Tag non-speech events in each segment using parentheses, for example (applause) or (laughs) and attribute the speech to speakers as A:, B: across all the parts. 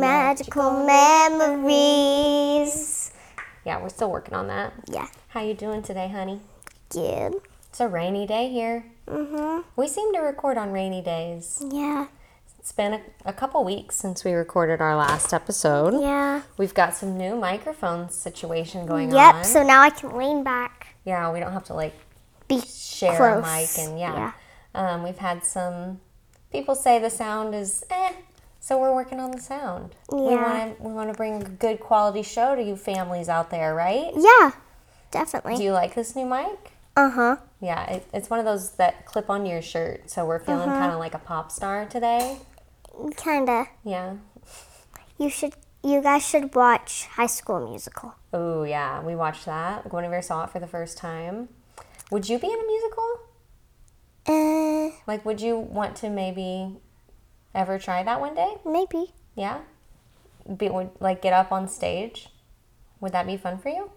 A: magical memories.
B: Yeah, we're still working on that.
A: Yeah,
B: How you doing today, honey?
A: good.
B: It's a rainy day here.
A: Mhm.
B: We seem to record on rainy days.
A: Yeah,
B: It's been a, a couple weeks since we recorded our last episode.
A: yeah.
B: We've got some new microphone situation going on.
A: Yep. So now I can lean back.
B: yeah, we don't have to like
A: Be
B: share a mic
A: Close,
B: and yeah. Um, we've had some people say the sound is eh, so we're working on the sound. We
A: Yeah.
B: want to we want to bring a good quality show to you families out there, right?
A: yeah,
B: Do
A: definitely.
B: you like this new mic?
A: Uh huh.
B: Yeah, it, it's one of those that clip onto your shirt, so we're feeling kind of like a pop star today.
A: Kinda.
B: Yeah.
A: You should. You guys should watch High School Musical.
B: Oh yeah, we watched that. Guinevere saw it for the first time. Would you be in a musical?
A: Uh,
B: Like, would you want to maybe ever try that one day?
A: maybe.
B: Yeah. Be would, like get up on stage. Would that be fun for you?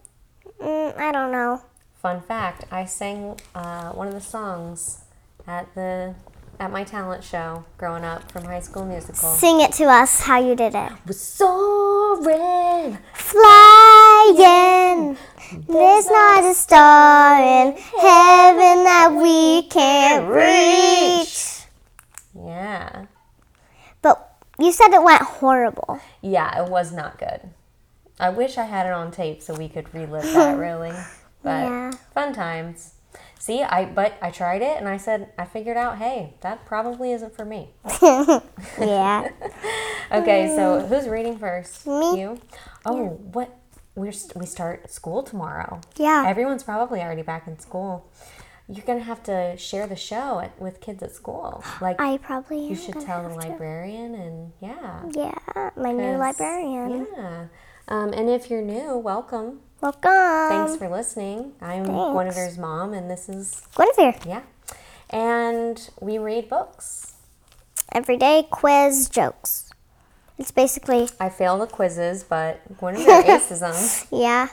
A: Mm, I don't know.
B: Fun fact: I sang uh, one of the songs at the at my talent show growing up from High School Musical.
A: Sing it to us how you did it.
B: was soaring.
A: Flying, there's not a star in heaven that we can't reach.
B: Yeah.
A: But you said it
B: (laughs)
A: went horrible.
B: Yeah, it was not good. I wish I had it on tape so we could relive
A: (laughs)
B: that really. But
A: Yeah.
B: fun times. See, I but I tried it and I said I figured out, hey, that probably isn't for me.
A: Yeah.
B: Okay, so who's reading first?
A: Mm. Me.
B: You. Oh, what? We're st- we start school tomorrow.
A: Yeah.
B: Everyone's probably already back in school. You're gonna have to share the show at, with kids at school. Like
A: I probably am
B: you should
A: gonna
B: tell the
A: have to.
B: librarian and yeah.
A: Yeah, my new
B: Yes.
A: librarian.
B: Yeah. Um, and if you're new, welcome. Thanks
A: Welcome.
B: for listening. I'm
A: Um, thanks.
B: Guinevere's mom, and this is,
A: Guinevere.
B: yeah. And we read books.
A: Everyday quiz jokes. It's basically,
B: I fail the quizzes, but
A: (laughs)
B: Guinevere aces them.
A: yeah.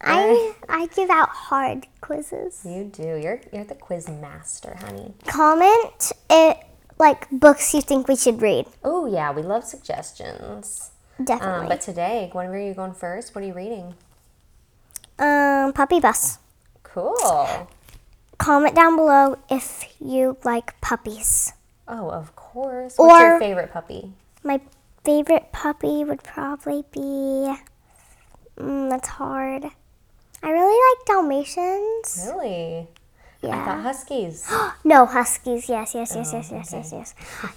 A: I, I give out hard quizzes.
B: You do. You're, you're the quiz master, honey.
A: Comment it like books you think we should read.
B: Oh, yeah. We love suggestions. Um,
A: Definitely.
B: but today, Guinevere, you're going first. What are you reading?
A: Um, Puppy Bus.
B: Cool.
A: Comment down below if you like puppies.
B: Oh, of course. What's your
A: Or-
B: favorite puppy?
A: My favorite puppy would probably be. Mm, that's hard. I really like Dalmatians.
B: Really? I thought
A: Yeah. (gasps)
B: huskies. (laughs)
A: No, Huskies. Yes, yes, yes, yes, yes, yes, yes.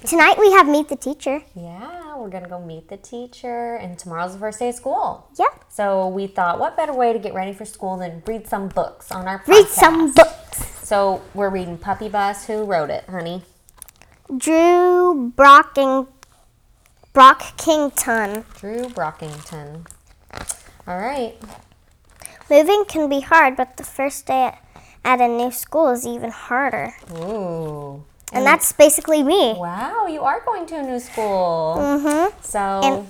A: Tonight we have Meet the Teacher.
B: Yeah, we're gonna go meet the teacher, and tomorrow's the first day of school.
A: Yep.
B: So we thought, what better way to get ready for school than read some books on our podcast?
A: Read some books.
B: So we're reading Puppy Bus. Who wrote it, honey?
A: Drew Brock and Brock Kington.
B: Drew Brockington. All right.
A: Moving can be hard, but the first day at, at a new school is even harder.
B: Ooh.
A: And that's basically me.
B: Wow, you are going to a new school.
A: Mm-hmm.
B: So,
A: And-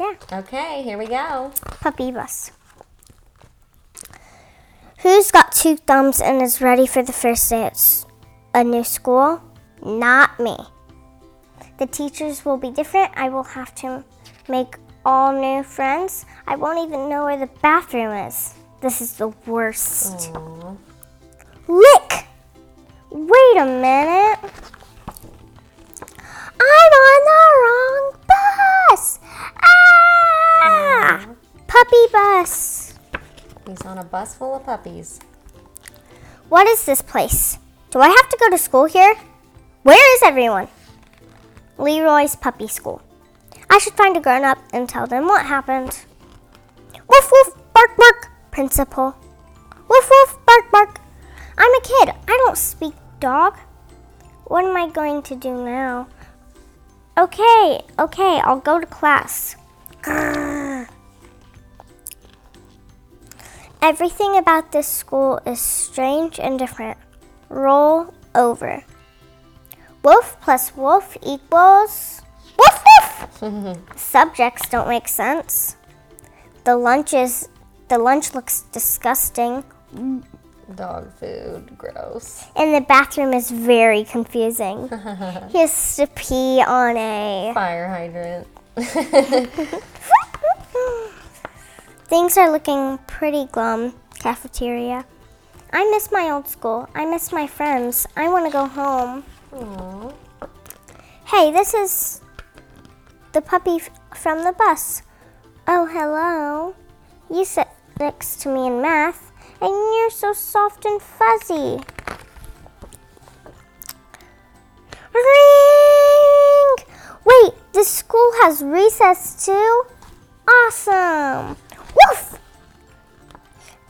A: Yeah.
B: okay, here we go.
A: Puppy bus. Who's got two thumbs and is ready for the first day at s- a new school? Not me. The teachers will be different. I will have to make all new friends. I won't even know where the bathroom is. This is the worst.
B: Aw.
A: Lick! Wait a minute. I'm on the wrong bus! Ah! Puppy bus.
B: He's on a bus full of puppies.
A: What is this place? Do I have to go to school here? Where is everyone? Leroy's puppy school. I should find a grown up and tell them what happened. Woof woof, bark bark, principal. Woof woof, bark bark. I'm a kid. I don't speak dog. What am I going to do now? Okay, okay, I'll go to class. Grrr. Everything about this school is strange and different. Roll over. Wolf plus wolf equals. Woof woof! Subjects don't make sense. The lunch is. The lunch looks disgusting,
B: Dog food, gross.
A: and the bathroom is very confusing. he has to pee on a.
B: Fire hydrant.
A: (laughs) Things are looking pretty glum, cafeteria. I miss my old school. I miss my friends. I want to go home.
B: Aww.
A: Hey, this is the puppy f- from the bus. Oh, hello. You sit next to me in math, and you're so soft and fuzzy. Ring! Wait, this school has recess too? Awesome! Woof!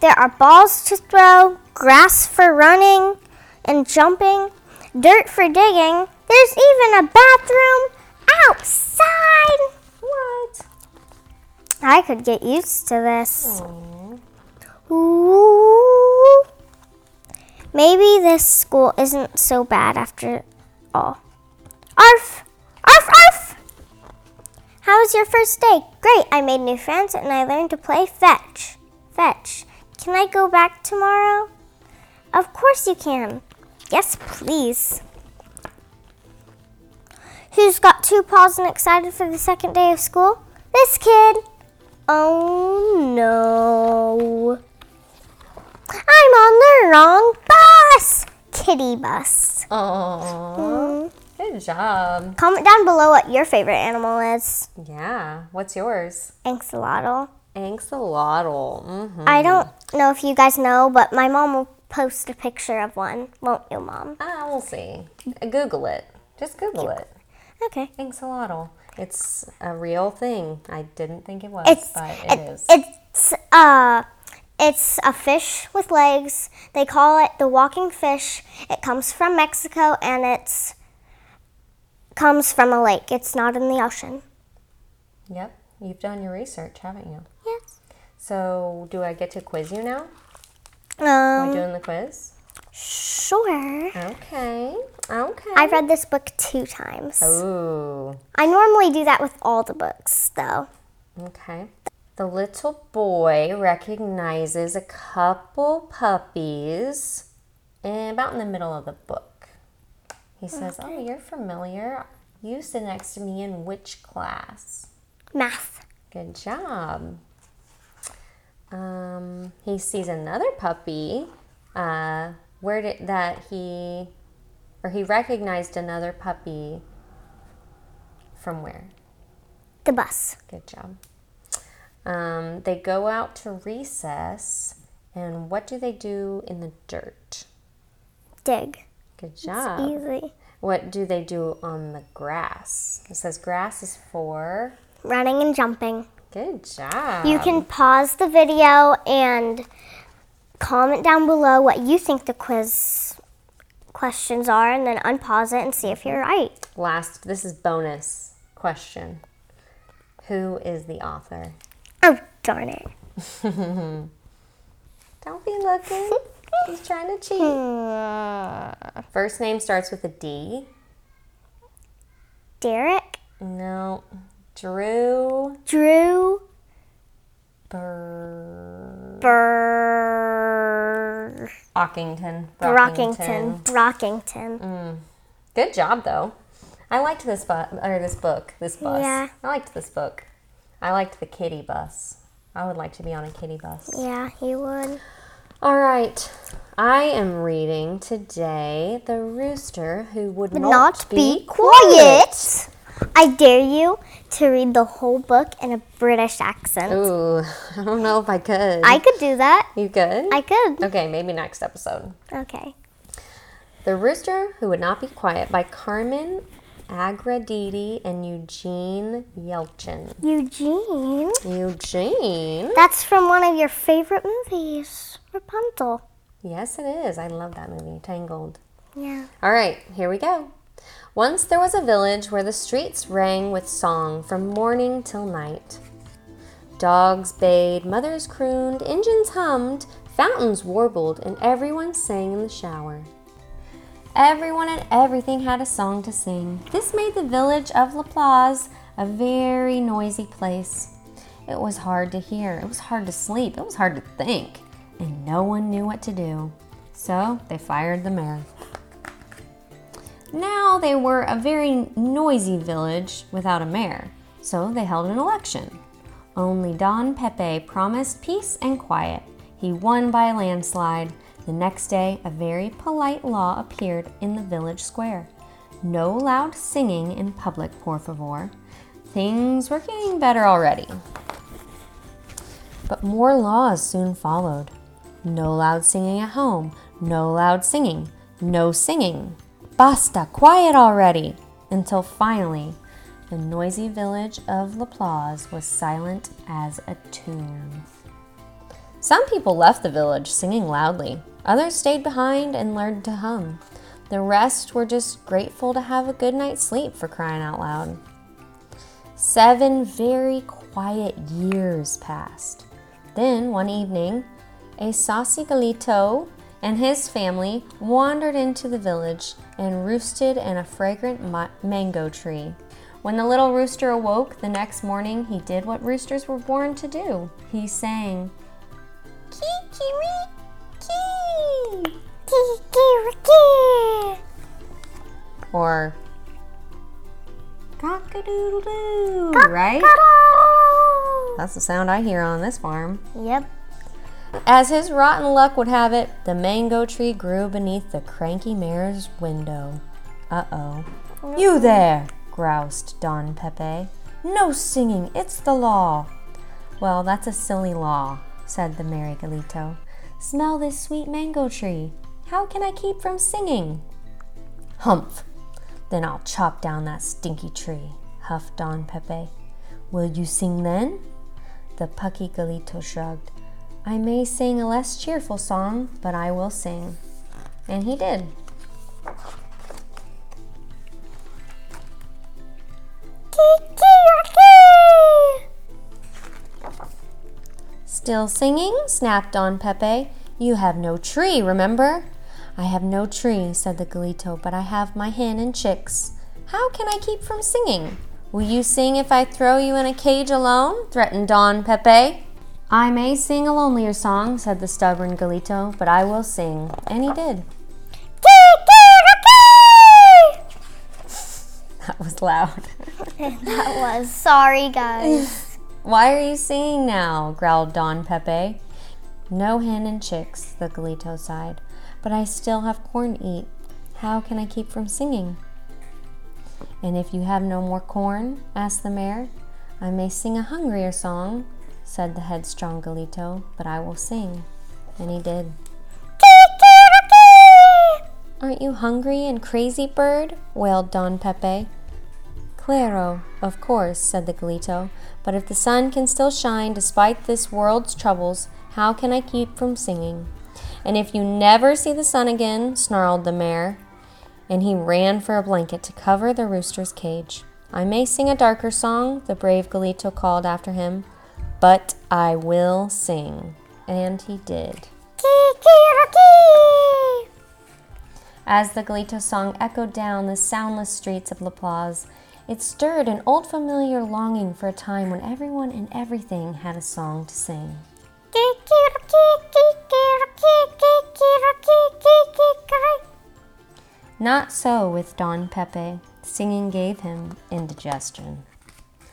A: There are balls to throw, grass for running and jumping, dirt for digging. There's even a bathroom outside! What? I could get used to this.
B: Aww.
A: Ooh. Maybe this school isn't so bad after all. Arf! Arf! Arf! How was your first day? Great, I made new friends and I learned to play fetch. Fetch. Can I go back tomorrow? Of course you can. Yes, please. Who's got two paws and excited for the second day of school? This kid! Oh no. I'm on the wrong bus! Kitty bus.
B: Aww. Good job.
A: Comment down below what your favorite animal is.
B: Yeah. What's yours?
A: Axolotl.
B: Axolotl. Mm-hmm.
A: I don't know if you guys know, but my mom will post a picture of one. Won't you, mom?
B: Ah, we'll see. Google it. Just Google it.
A: Okay.
B: Axolotl. It's a real thing. I didn't think it was,
A: It's
B: but it
A: it-
B: is.
A: it's uh it's a fish with legs. They call it the walking fish. It comes from Mexico and it's comes from a lake. It's not in the ocean.
B: Yep. You've done your research, haven't you?
A: Yes.
B: So, do I get to quiz you now? Am I
A: Um
B: doing the quiz?
A: sure.
B: Okay. Okay.
A: I read this book two times.
B: Ooh.
A: I normally do that with all the books though.
B: Okay. The little boy recognizes a couple puppies eh, about in the middle of the book. He says, Oh, you're familiar. You sit next to me in which class?
A: Math.
B: Good job. Um, he sees another puppy. Uh, where did that he or he recognized another puppy from where?
A: The bus.
B: Good job. Um, they go out to recess, and what do they do in the dirt?
A: Dig.
B: Good
A: It's
B: job.
A: easy.
B: What do they do on the grass? It says grass is for.
A: Running and jumping.
B: Good job.
A: You can pause the video and comment down below what you think the quiz questions are and then unpause it and see if you're right.
B: Last, this is bonus question. Who is the author?
A: Oh, darn it.
B: Don't be looking. He's trying to cheat.
A: Hmm.
B: First name starts with a D.
A: Derek,
B: No. Drew
A: Drew,
B: Burr.
A: Burr,
B: Brockington.
A: Brockington, Brockington.
B: Good job, though. I liked this bus or this book. This bus.
A: Yeah.
B: I liked this book. I liked the kitty bus. I would like to be on a kitty bus.
A: Yeah, he would.
B: All right. I am reading today The Rooster Who Would Not,
A: Not
B: Be
A: be quiet. I dare you to read the whole book in a British accent.
B: Ooh, (laughs) I don't know if I could.
A: I could do that.
B: you could?
A: I could.
B: okay, maybe next episode.
A: Okay.
B: The Rooster Who Would Not Be Quiet by Carmen Agraditi and Eugene Yelchin.
A: Eugene.
B: Eugene?
A: That's from one of your favorite movies, Rapunzel.
B: Yes, it is. I love that movie, Tangled.
A: Yeah.
B: All right, here we go. Once there was a village where the streets rang with song from morning till night. Dogs bayed, mothers crooned, engines hummed, fountains warbled, and everyone sang in the shower. Everyone and everything had a song to sing. This made the village of La Plaza a very noisy place. It was hard to hear, it was hard to sleep, it was hard to think, and no one knew what to do. So they fired the mayor. Now they were a very noisy village without a mayor, so they held an election. Only Don Pepe promised peace and quiet. He won by a landslide. The next day, a very polite law appeared in the village square. No loud singing in public, por favor. Things were getting better already. But more laws soon followed. No loud singing at home. No loud singing. No singing. Basta, quiet already! Until finally, the noisy village of Laplace was silent as a tomb. Some people left the village singing loudly, others stayed behind and learned to hum. The rest were just grateful to have a good night's sleep for crying out loud. Seven very quiet years passed. Then, one evening, a saucy galito and his family wandered into the village and roosted in a fragrant ma- mango tree. When the little rooster awoke the next morning, he did what roosters were born to do. He sang, Kikiriki!
A: Kikiriki.
B: Or, cock a doodle doo, right? That's the sound I hear on this farm.
A: Yep.
B: As his rotten luck would have it, the mango tree grew beneath the cranky mayor's window. Uh oh. You there, groused Don Pepe. No singing, it's the law. Well, that's a silly law, said the merry Galito. Smell this sweet mango tree. How can I keep from singing? Humph. Then I'll chop down that stinky tree, huffed Don Pepe. Will you sing then? The pucky Galito shrugged. I may sing a less cheerful song, but I will sing. And he did.
A: Kikiriki.
B: Still singing? snapped on Pepe. You have no tree, remember? I have no tree, said the Galito, but I have my hen and chicks. How can I keep from singing? Will you sing if I throw you in a cage alone? threatened Don Pepe. I may sing a lonelier song, said the stubborn Galito, but I will sing. And he did. (laughs)
A: Kikiriki.
B: That was loud.
A: That was sorry, guys.
B: Why are you singing now? growled Don Pepe. No hen and chicks, the Galito sighed, but I still have corn to eat. How can I keep from singing? And if you have no more corn, asked the mayor, I may sing a hungrier song, said the headstrong Galito, but I will sing. And he did.
A: Kikiriki.
B: Aren't you hungry and crazy, bird? wailed Don Pepe. Claro, of course, said the Galito, but if the sun can still shine despite this world's troubles, how can I keep from singing? And if you never see the sun again, snarled the mare, and he ran for a blanket to cover the rooster's cage. I may sing a darker song, the brave Galito called after him, but I will sing. And he did.
A: Kikiriki.
B: As the Galito song echoed down the soundless streets of La Paz, it stirred an old familiar longing for a time when everyone and everything had a song to sing.
A: Kikiriki. Kikiriki. Kikiriki. Kikiriki.
B: Not so with Don Pepe. Singing gave him indigestion.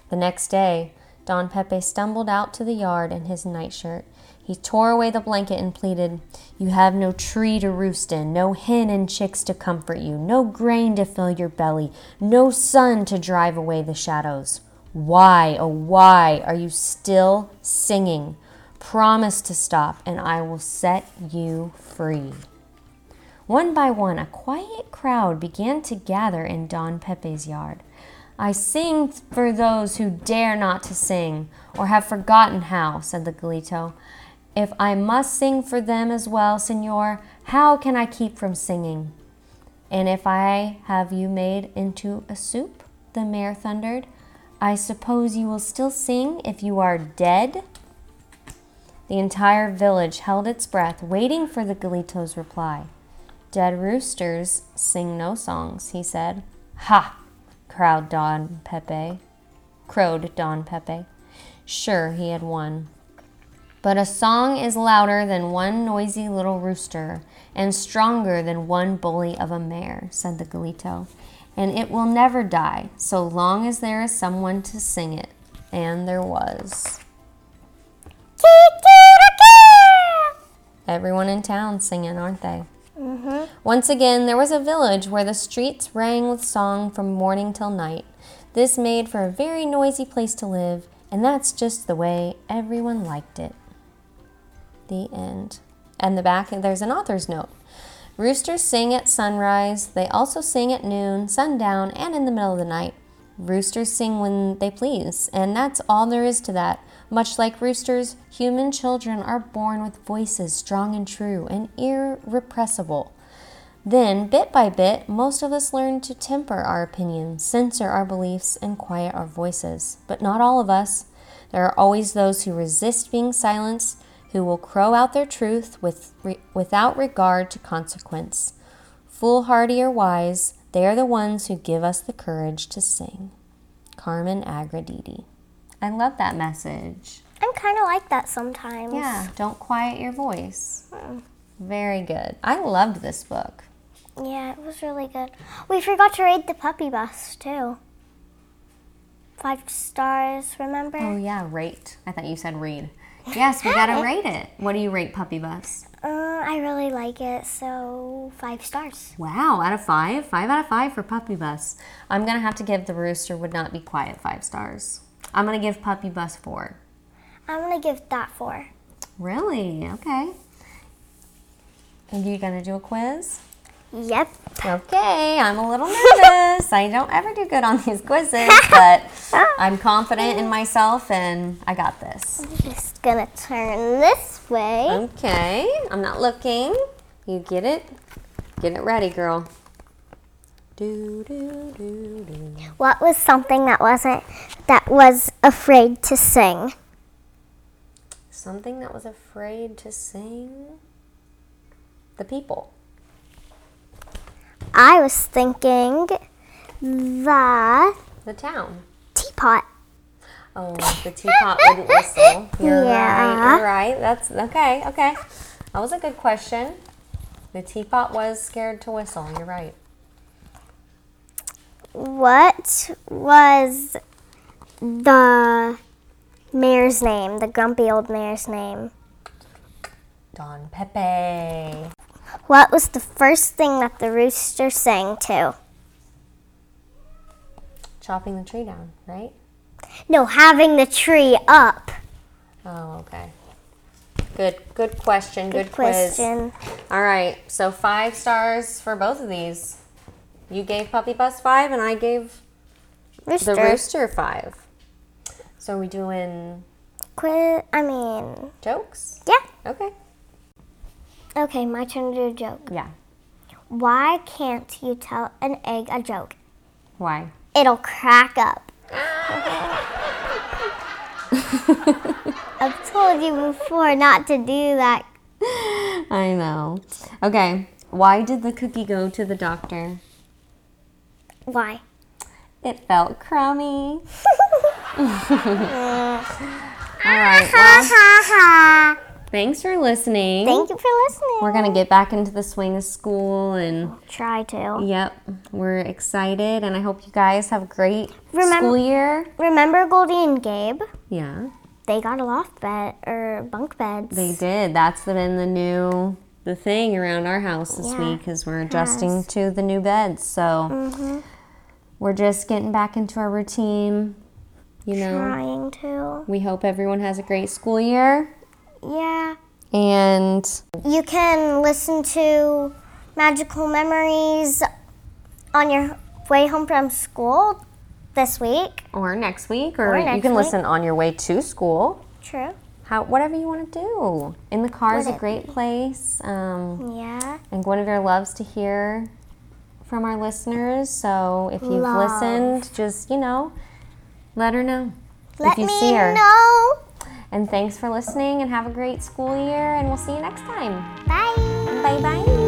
B: The next day, Don Pepe stumbled out to the yard in his nightshirt. He tore away the blanket and pleaded, You have no tree to roost in, no hen and chicks to comfort you, no grain to fill your belly, no sun to drive away the shadows. Why, oh, why are you still singing? Promise to stop, and I will set you free. One by one, a quiet crowd began to gather in Don Pepe's yard. I sing for those who dare not to sing, or have forgotten how, said the Galito. If I must sing for them as well, senor, how can I keep from singing? And if I have you made into a soup, the mare thundered, I suppose you will still sing if you are dead? The entire village held its breath, waiting for the Galito's reply. Dead roosters sing no songs, he said. Ha! crowed Don Pepe. Crowed Don Pepe. Sure, he had won. But a song is louder than one noisy little rooster, and stronger than one bully of a mare, said the Galito. And it will never die, so long as there is someone to sing it. And there was. Everyone in town singing, aren't they? Once again, there was a village where the streets rang with song from morning till night. This made for a very noisy place to live, and that's just the way everyone liked it. The end. And the back, there's an author's note. Roosters sing at sunrise. They also sing at noon, sundown, and in the middle of the night. Roosters sing when they please, and that's all there is to that. Much like roosters, human children are born with voices strong and true and irrepressible. Then, bit by bit, most of us learn to temper our opinions, censor our beliefs, and quiet our voices. But not all of us. There are always those who resist being silenced, who will crow out their truth with, re, without regard to consequence. Foolhardy or wise, they are the ones who give us the courage to sing. Carmen Agraditi. I love that message.
A: I'm kind of like that sometimes. Hmm.
B: Yeah, don't quiet your voice. Very good. I loved this book.
A: Yeah, it was really good. We forgot to rate the puppy bus too. Five stars, remember?
B: Oh yeah, rate. I thought you said read. Yes, we gotta rate it. What do you rate Puppy Bus?
A: Uh, I really like it, so five stars.
B: Wow, out of five, five out of five for Puppy Bus. I'm gonna have to give The Rooster Would Not Be Quiet five stars. I'm gonna give Puppy Bus four.
A: I'm gonna give that four.
B: Really? Okay. Are you gonna do a quiz?
A: Yep.
B: Okay, I'm a little nervous. I don't ever do good on these quizzes, but I'm confident in myself and I got this.
A: I'm just gonna turn this way.
B: Okay, I'm not looking. You get it? Get it ready, girl. Do, do, do, do.
A: What was something that wasn't that was afraid to sing?
B: Something that was afraid to sing? The people.
A: I was thinking the
B: The town.
A: teapot.
B: Oh, the teapot wouldn't whistle. You're right.
A: Yeah.
B: You're right. That's okay. Okay. That was a good question. The teapot was scared to whistle. You're right.
A: What was the mayor's name? The grumpy old mayor's name.
B: Don Pepe.
A: What was the first thing that the rooster sang to?
B: Chopping the tree down, right?
A: No, having the tree up.
B: Oh, okay. Good, good question. Good, quiz.
A: Question.
B: All right. So five stars for both of these. You gave Puppy Bus five, and I gave
A: Rooster.
B: the Rooster five. So are we doing
A: Quiz. I mean,
B: jokes?
A: yeah.
B: Okay.
A: Okay, my turn to do a joke.
B: Yeah.
A: Why can't you tell an egg a joke?
B: Why?
A: It'll crack up. I've told you before not to do that.
B: (laughs) I know. Okay. Why did the cookie go to the doctor? (laughs)
A: Why?
B: It felt crummy. All right.
A: (laughs)
B: Well,
A: Ha ha.
B: thanks for listening.
A: Thank you for listening.
B: We're going to get back into the swing of school and
A: try to.
B: yep, we're excited and I hope you guys have a great
A: Remem-
B: school year.
A: Remember Goldie and Gabe?
B: Yeah.
A: They got a loft bed or bunk beds.
B: They did. That's been the new the thing around our house this
A: Yeah,
B: week is we're adjusting to the new beds. So
A: Mm-hmm.
B: we're just getting back into our routine. You know,
A: trying to.
B: we hope everyone has a great school year.
A: Yeah.
B: And
A: You can listen to Magical Memories on your way home from school this week.
B: or next week, or, you
A: next
B: can
A: week.
B: listen on your way to school.
A: True.
B: How whatever you want to do. In the car is a
A: Whatever.
B: great place. Um,
A: Yeah.
B: And Guinevere loves to hear from our listeners. So if you've
A: Love.
B: listened, just, you know, let her know.
A: Let
B: you
A: me
B: see her.
A: know.
B: And thanks for listening and have a great school year. And we'll see you next time.
A: Bye.
B: Bye bye.